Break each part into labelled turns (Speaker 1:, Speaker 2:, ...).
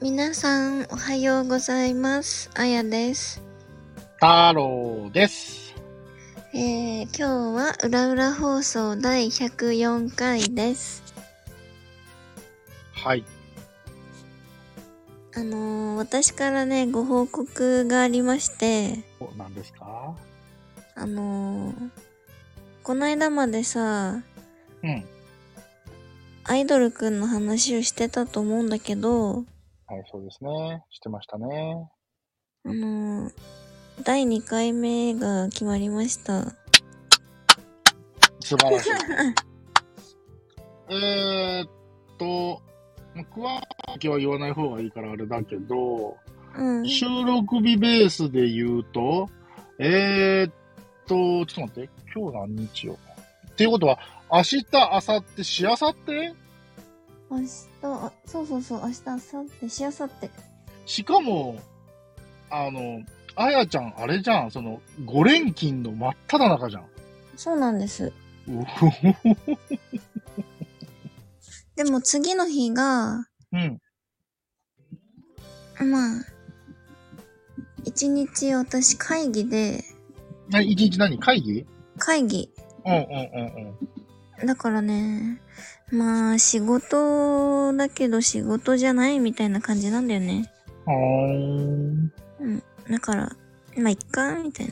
Speaker 1: 皆さんおはようございます。あやです。
Speaker 2: 太郎です。
Speaker 1: えー、今日は裏裏放送第104回です。
Speaker 2: はい。
Speaker 1: あのー、私からね、ご報告がありまして、
Speaker 2: お何ですか
Speaker 1: あのー、こないだまでさ、
Speaker 2: うん。
Speaker 1: アイドルくんの話をしてたと思うんだけど、
Speaker 2: はい、そうですね。してましたね。
Speaker 1: あのー、第2回目が決まりました。
Speaker 2: 素晴 らしい。えーっと、僕は、今日は言わない方がいいからあれだけど、
Speaker 1: うん。
Speaker 2: 収録日ベースで言うと、えーっと、ちょっと待って、今日何日よ。っていうことは、明日、明後日、しあさって
Speaker 1: 明日、あ、そうそうそう、明日、明後日、しあさって。
Speaker 2: しかも、あの、あやちゃん、あれじゃん、その、5連勤の真っ只中じゃん。
Speaker 1: そうなんです。
Speaker 2: う
Speaker 1: でも次の日が、
Speaker 2: ん。
Speaker 1: まあ、一日私会議で、
Speaker 2: え、一日何会議
Speaker 1: 会議。
Speaker 2: うんうんうん
Speaker 1: だからね、まあ仕事だけど仕事じゃないみたいな感じなんだよね。
Speaker 2: うん。
Speaker 1: うん。だから、まあいっか、みたい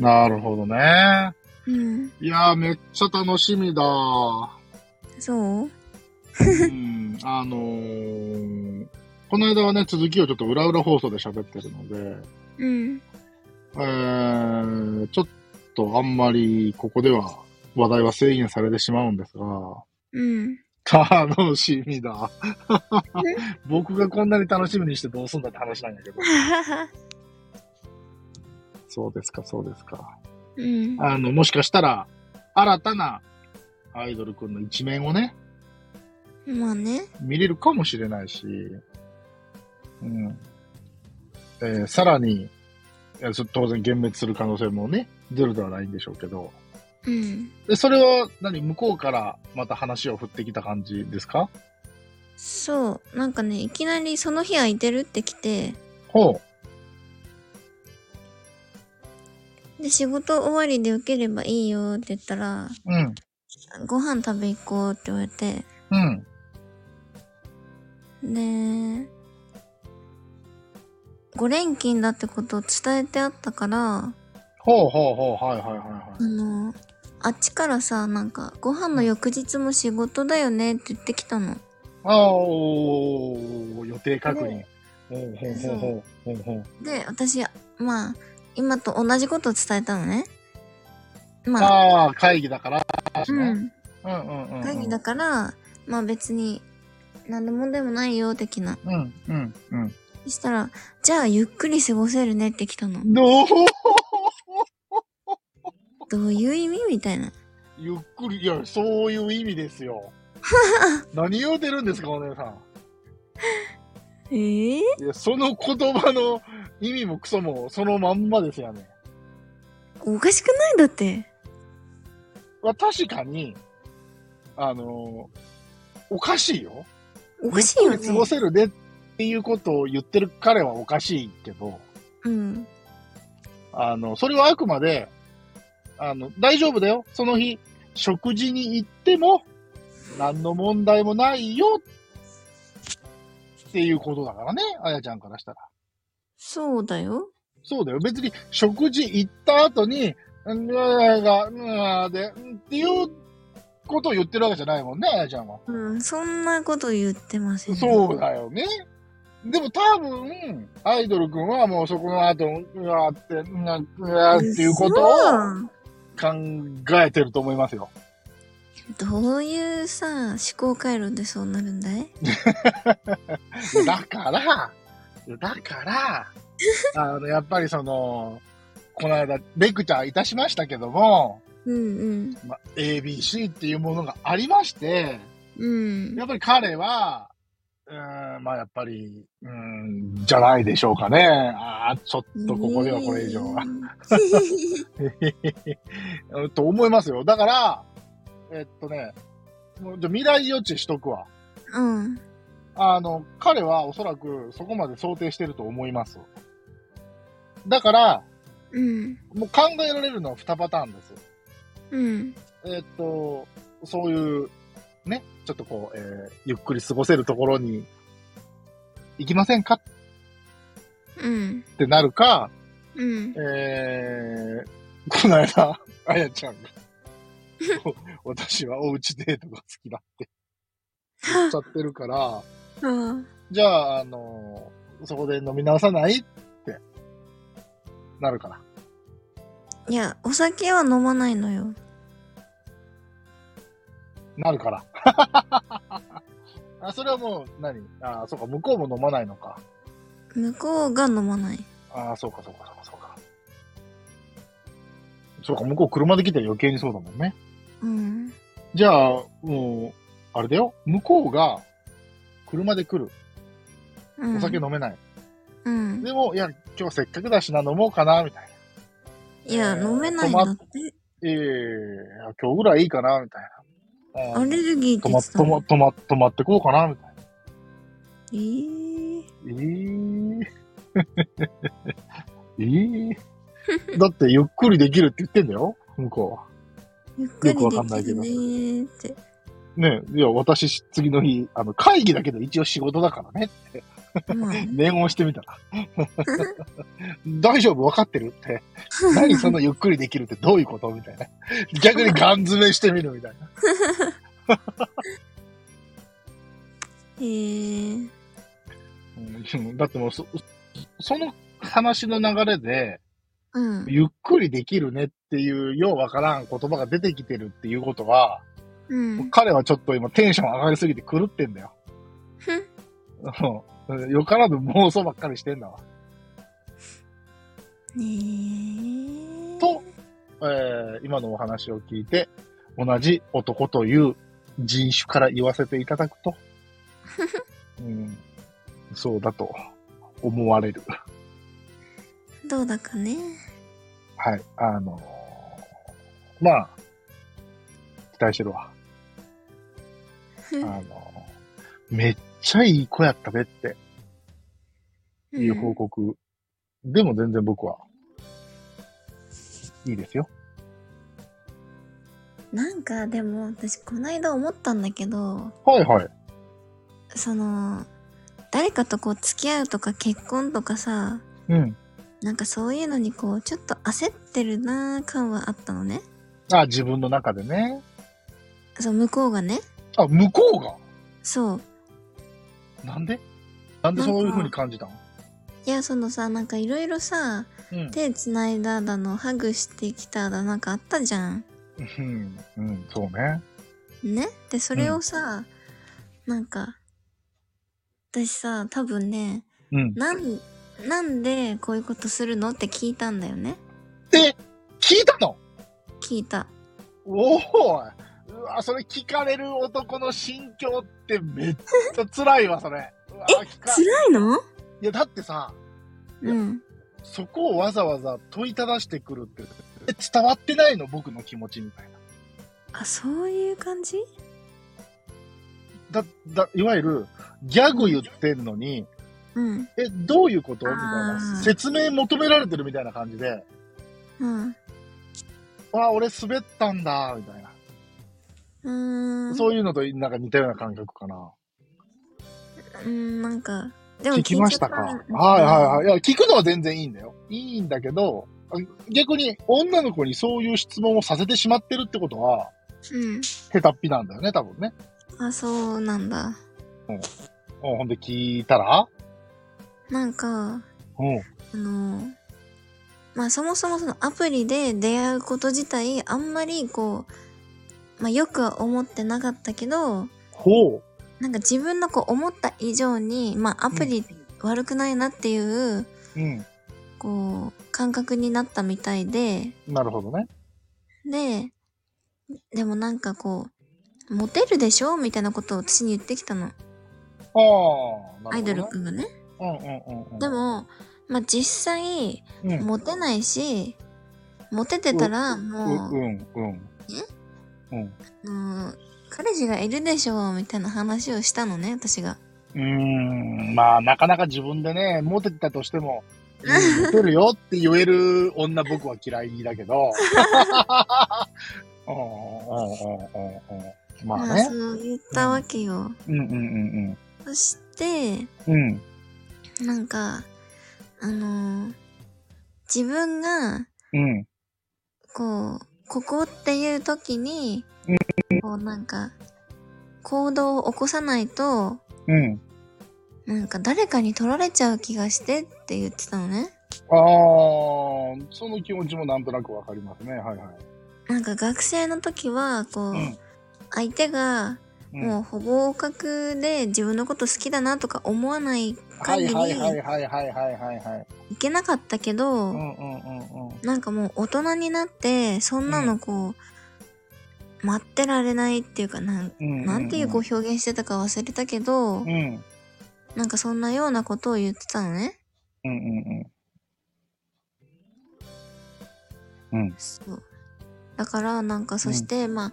Speaker 1: な。
Speaker 2: なるほどね。
Speaker 1: うん。
Speaker 2: いやー、めっちゃ楽しみだ。う。
Speaker 1: そうん
Speaker 2: あのー、この間はね、続きをちょっと裏裏放送で喋ってるので、
Speaker 1: うん。
Speaker 2: えー、ちょっとあんまりここでは話題は制限されてしまうんですが、
Speaker 1: うん。
Speaker 2: 楽しみ だ。僕がこんなに楽しみにしてどうすんだって話なんだけど。そうですか、そうですか。
Speaker 1: うん。
Speaker 2: あの、もしかしたら、新たなアイドルくんの一面をね、
Speaker 1: まあね。
Speaker 2: 見れるかもしれないし、うん。えーさらに、いやそ当然幻滅する可能性もね、ゼロではないんでしょうけど、
Speaker 1: うん。
Speaker 2: で、それは何、向こうからまた話を振ってきた感じですか
Speaker 1: そう。なんかね、いきなりその日空いてるって来て、
Speaker 2: ほ
Speaker 1: で、仕事終わりで受ければいいよって言ったら、
Speaker 2: う。うん。
Speaker 1: ご飯食べ行こうって言われて、
Speaker 2: うん。
Speaker 1: で、5連勤だってことを伝えてあったから、
Speaker 2: ほうほうほう。はいはいはいは
Speaker 1: あの、あっちからさ、なんか、ご飯の翌日も仕事だよねって言ってきたの。
Speaker 2: い。あーおー、予定確認。ほうほうほうほう。ほうほう。
Speaker 1: で、私、まあ、今と同じことを伝えたのね。まあ、
Speaker 2: ああ、会議だから。
Speaker 1: うん。
Speaker 2: うんうんうんうん。
Speaker 1: 会議だから、まあ別に、何でもでもないよ、的な。
Speaker 2: うんうんうん。
Speaker 1: そしたら、じゃあゆっくり過ごせるねって来たの。
Speaker 2: どう
Speaker 1: どういう意味みたいな。
Speaker 2: ゆっくり、いや、そういう意味で すよ。何言うてるんですか、お姉さん。
Speaker 1: ええ
Speaker 2: いや、その言葉の意味もクソもそのまんまですよね。
Speaker 1: おかしくないだって。
Speaker 2: まあ確かに、あのおかしいよ。
Speaker 1: おかしいよ
Speaker 2: ゆ
Speaker 1: ね。
Speaker 2: っくり過ごせるねっていうことを言ってる彼はおかしいけど、
Speaker 1: うん。
Speaker 2: あの、それはあくまで、あの、大丈夫だよ。その日、食事に行っても、何の問題もないよ。っていうことだからね、あやちゃんからしたら。
Speaker 1: そうだよ。
Speaker 2: そうだよ。別に、食事行った後に、うん、が、うん、で、うんっていうことを言ってるわけじゃないもんね、あやちゃんは。
Speaker 1: うん、そんなこと言ってません。
Speaker 2: そうだよね。でも多分、アイドルくんはもうそこの後、うわーって、うん、うわーっていうことを考えてると思いますよ。
Speaker 1: 嘘どういうさ、思考回路でそうなるんだい
Speaker 2: だから、だから、あの、やっぱりその、この間、レクチャーいたしましたけども、
Speaker 1: うん
Speaker 2: まあ、ABC っていうものがありまして、
Speaker 1: うん。
Speaker 2: やっぱり彼は、うーん、まあやっぱり、うーん、じゃないでしょうかね。ああ、ちょ
Speaker 1: う
Speaker 2: っ
Speaker 1: ん。
Speaker 2: とここではこれ以上は
Speaker 1: う。ん
Speaker 2: うんと思いますよ。だから、えっとね、もうじゃあ未来予知しとくわ。
Speaker 1: うん。
Speaker 2: あの、彼はおそらくそこまで想定してると思います。だから、
Speaker 1: うん。
Speaker 2: もう考えられるのは2パターンです。
Speaker 1: うん。
Speaker 2: えーっと、そういう、ね、ちょっとこう、えーゆっくり過ごせるところに行きませんか
Speaker 1: うん。
Speaker 2: ってなるか、
Speaker 1: うん。
Speaker 2: えー、この間、あやちゃんが、お私はおうちデートが好きだって言っちゃってるから、
Speaker 1: あ
Speaker 2: じゃあ、あのそこで飲み直さないって、なるから。
Speaker 1: あ。いや、お酒は飲まないのよ。
Speaker 2: なるから。 あ、それはもう何、あ、そうか、向こうも飲まないのか。
Speaker 1: 向こうが飲まない。
Speaker 2: あ、そうか、そうか、そうか、そうか。そうか、向こう車で来たら余計にそうだもんね。
Speaker 1: うん。
Speaker 2: じゃあ、もう、あれだよ。向こうが、車で来る。
Speaker 1: うん、
Speaker 2: お酒飲めない。
Speaker 1: うん。
Speaker 2: でも、いや、今日せっかくだしな、飲もうかな、みたいな。
Speaker 1: いや、飲めないんだって。
Speaker 2: ええ今日ぐらいいいかな、みたいな。
Speaker 1: アレルギーって
Speaker 2: 止
Speaker 1: 言
Speaker 2: ま、
Speaker 1: ってた
Speaker 2: 止ま、
Speaker 1: の。
Speaker 2: 止ま、止まってこうかな、みたいな。
Speaker 1: えー、
Speaker 2: えー、えー、だってゆっくりできるって言ってんだよ、向こ
Speaker 1: ゆっくり
Speaker 2: よく
Speaker 1: で
Speaker 2: わかんない
Speaker 1: き
Speaker 2: け
Speaker 1: る
Speaker 2: ど
Speaker 1: ねーって。
Speaker 2: うは。ねいや、私、次の日、あの、会議だけど一応仕事だからね。
Speaker 1: まあね、
Speaker 2: 念をしてみたら。大丈夫分かってるって。何そのゆっくりできるってどういうことみたいな。逆にガン詰めしてみるみたいな。
Speaker 1: えー、
Speaker 2: うんだってもうそ、その話の流れで、
Speaker 1: うん。
Speaker 2: ゆっくりできるねっていう、ようわからん言葉が出てきてるっていうことは、
Speaker 1: うん。
Speaker 2: 彼はちょっと今テンション上がりすぎて狂ってんだよ。うんよからぬ妄想ばっかりしてんだわ。
Speaker 1: えー。
Speaker 2: と、えー今のお話を聞いて、同じ男という人種から言わせていただくと、うん、そうだと思われる。
Speaker 1: どうだかね。
Speaker 2: はい。あのーまあ、期待してる わ。あのーめっちゃいい子やったべっていう報告。でも全然僕は、いいですよ。
Speaker 1: うんなんかでも私この間思ったんだけど
Speaker 2: はいはい。
Speaker 1: その誰かとこう付き合うとか結婚とかさ
Speaker 2: うん。
Speaker 1: なんかそういうのにこうちょっと焦ってるなー感はあったのね
Speaker 2: あ、自分の中でね。
Speaker 1: そう向こうがね
Speaker 2: あ、向こうが
Speaker 1: そう
Speaker 2: なんでなんでそういう風に感じたの
Speaker 1: いやそのさなんかいろいろさ
Speaker 2: うん
Speaker 1: 手つないだだのハグしてきただなんかあったじゃん
Speaker 2: うん。うん、そうね。
Speaker 1: ねでそれをさ、なんか私さ多分ね
Speaker 2: うん。
Speaker 1: なんなんでこういうことするのって聞いたんだよね
Speaker 2: え聞いたの
Speaker 1: 聞いた
Speaker 2: おおうわ、それ聞かれる男の心境ってめっちゃ辛いわ、それ。うわ、聞かい
Speaker 1: 辛いの
Speaker 2: や、だってさ、
Speaker 1: うん
Speaker 2: そこをわざわざ問いただしてくるって、え伝わってないの僕の気持ちみたいな。
Speaker 1: あそういう感じ
Speaker 2: だ、だ、いわゆる、ギャグ言ってんのに、
Speaker 1: うん
Speaker 2: え、どういうことみたいな
Speaker 1: あ。ー
Speaker 2: 説明求められてるみたいな感じで、
Speaker 1: うん
Speaker 2: わあ、俺滑ったんだ、みたいな。
Speaker 1: うーん
Speaker 2: そういうのとなんか似たような感覚かな。
Speaker 1: うーんなんかで
Speaker 2: 聞きましたかはいはいはい。いや、聞くのは全然いいんだよ。いいんだけど、あ逆に女の子にそういう質問をさせてしまってるってことは、
Speaker 1: いうん
Speaker 2: 下手っぴなんだよね、多分ね。
Speaker 1: あそうなんだ
Speaker 2: うん、ほんで聞いたら
Speaker 1: なんか
Speaker 2: うん。
Speaker 1: あのまあそもそもそのアプリで出会うこと自体あんまりこうまあよくは思ってなかったけど
Speaker 2: ほう。
Speaker 1: なんか自分のこう思った以上にまあアプリ悪くないなっていう、
Speaker 2: うん。
Speaker 1: こう感覚になったみたいで
Speaker 2: なるほどね。
Speaker 1: ででもなんかこうモテるでしょみたいなことを私に言ってきたの、
Speaker 2: ああ、
Speaker 1: ア
Speaker 2: な
Speaker 1: イド
Speaker 2: る
Speaker 1: ル
Speaker 2: ほ
Speaker 1: く
Speaker 2: ど、ね。
Speaker 1: んがね
Speaker 2: うんうんうんうん。
Speaker 1: で、も、まあ、実際
Speaker 2: うん、
Speaker 1: モテないしモテてたらも
Speaker 2: う、う
Speaker 1: う、
Speaker 2: んうん。うん。
Speaker 1: あの彼氏がいるでしょみたいな話をしたのね私が
Speaker 2: うーん、まあ、なかなか自分でね、モテたとしても、うんモテるよって言える女僕は嫌いだけど。 うんうんうんうんうんま
Speaker 1: ま
Speaker 2: あ
Speaker 1: あ、
Speaker 2: ね
Speaker 1: そ。う言ったわけよ。
Speaker 2: うんうんうん
Speaker 1: そして、
Speaker 2: うん。うん。
Speaker 1: なんか、あのー自分が、
Speaker 2: うん。
Speaker 1: こう、ここっていう時に、こうなんか、行動を起こさないと、
Speaker 2: うん。
Speaker 1: なんか誰かに取られちゃう気がしてって言ってたのね。
Speaker 2: ああ、その気持ちもなんとなくわかりますね。はいはい。
Speaker 1: なんか学生の時は、こう、
Speaker 2: うん
Speaker 1: 相手が、
Speaker 2: うん
Speaker 1: もうほぼ互角で自分のこと好きだなとか思わない
Speaker 2: は
Speaker 1: 限
Speaker 2: い
Speaker 1: り、
Speaker 2: はいはい
Speaker 1: い
Speaker 2: はいはいはいはいはい。
Speaker 1: けなかったけど、
Speaker 2: うんうんうんうん。
Speaker 1: なんかもう大人になって、そんなのこう、待ってられないっていうか、なん
Speaker 2: うんうん
Speaker 1: なんていうこう表現してたか忘れたけど、
Speaker 2: うん。うん
Speaker 1: なんかそんなようなことを言ってたのね。
Speaker 2: うんうん
Speaker 1: そう。だから、なんかそして、まあ、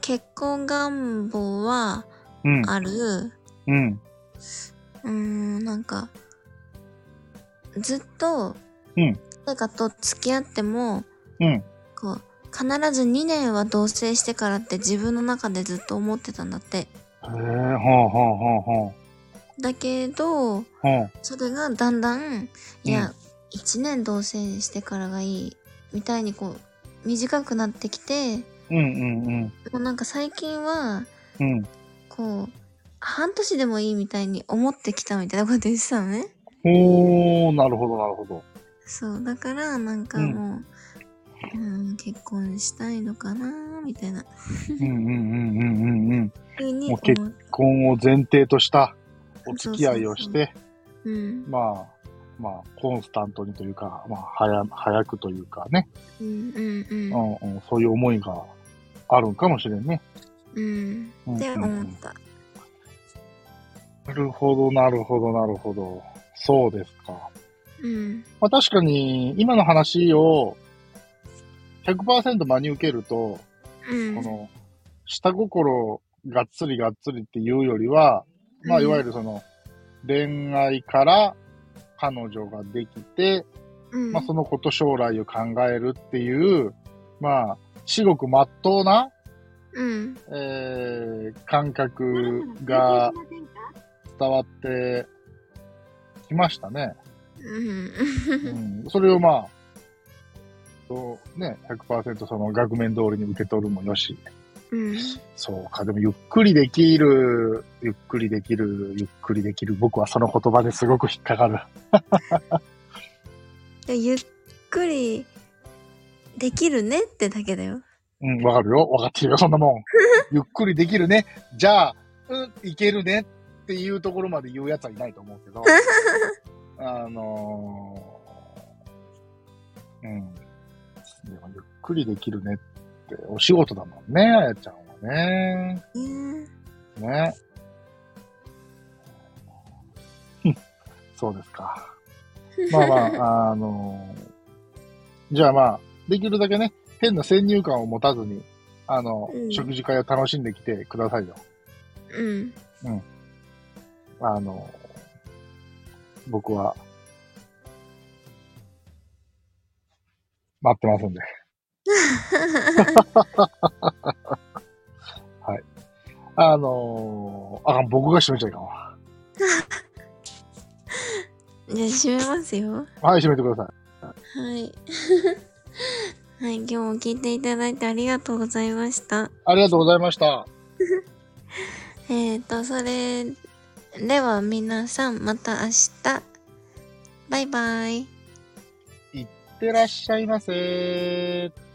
Speaker 1: 結婚願望は
Speaker 2: うん。
Speaker 1: ある、う
Speaker 2: うん。
Speaker 1: ー
Speaker 2: うん。
Speaker 1: ん、なんか、ずっと、
Speaker 2: うん
Speaker 1: 誰かと付き合っても、
Speaker 2: うん。
Speaker 1: こう、必ず2年は同棲してからって自分の中でずっと思ってたんだって。
Speaker 2: へえ、ほうほうほうほう。
Speaker 1: だけど、
Speaker 2: ほう。
Speaker 1: それがだんだん、いうや、1年同棲してからがいい、みたいにこう、短くなってきて、
Speaker 2: うんうんうん。
Speaker 1: もうなんか最近は、
Speaker 2: うん。
Speaker 1: こう、半年でもいいみたいに思ってきたみたいなこと言ってたのね。
Speaker 2: おー、なるほど、なるほど。
Speaker 1: そう、だからなんかもう、うん、結婚したいのかなみたいな
Speaker 2: うんうんうんうんうんうん。
Speaker 1: ふうに
Speaker 2: も
Speaker 1: 思
Speaker 2: う結
Speaker 1: う。
Speaker 2: 結婚を前提としたお付き合いをして、
Speaker 1: うん、
Speaker 2: まあ、まあ、コンスタントにというか、まあ、早、早くというかね、
Speaker 1: うん、うん、
Speaker 2: う
Speaker 1: うん
Speaker 2: ん、うん、そういう思いがあるんかもしれんね。。
Speaker 1: うん
Speaker 2: うん
Speaker 1: って
Speaker 2: うんう
Speaker 1: 思っ
Speaker 2: ん
Speaker 1: た。
Speaker 2: なるほど、なるほど、なるほど。そうですか。
Speaker 1: うん、
Speaker 2: まあ確かに、今の話を100%真に受けると、
Speaker 1: うん。
Speaker 2: この、下心がっつりがっつりっていうよりは、まあ、いわ
Speaker 1: る、
Speaker 2: ゆるその、恋愛から彼女ができて、
Speaker 1: うん、
Speaker 2: まあ、そのこと将来を考えるっていう、まあ、至極真っ当な、
Speaker 1: うん、
Speaker 2: えー感覚が伝わってきましたね。
Speaker 1: うん、
Speaker 2: うん、それをまあ、そうね、100%その額面通りに受け取るもよし、
Speaker 1: うん、
Speaker 2: そうか、でもゆっくりできる、ゆっくりできる、ゆっくりできる。僕はその言葉ですごく引っかかる。
Speaker 1: でゆっくりできるねってだけだよ。
Speaker 2: うん、わかるよ。わかってるよ、そんなもん。ゆっくりできるね。じゃあ、うん、いけるねっていうところまで言うやつはいないと思うけど。あのーうん。でもゆっくりできるねって、お仕事だもんね、あやちゃんはね。
Speaker 1: ね
Speaker 2: ね。 そうですか。まあま あ、あのじゃあまあ、できるだけね、変な先入観を持たずに、あの、
Speaker 1: うん
Speaker 2: 食事会を楽しんできてくださいよ。
Speaker 1: うん。
Speaker 2: あの僕は、待ってます んで。あのあかん、僕が閉めちゃいかんわ。
Speaker 1: じゃあ閉めますよ。
Speaker 2: はい、閉めてください。
Speaker 1: はい。 はい、今日も聞いていただいてありがとうございました。
Speaker 2: ありがとうございました。
Speaker 1: えーと、それでは皆さんまた明日。バイバイ。
Speaker 2: いってらっしゃいませー。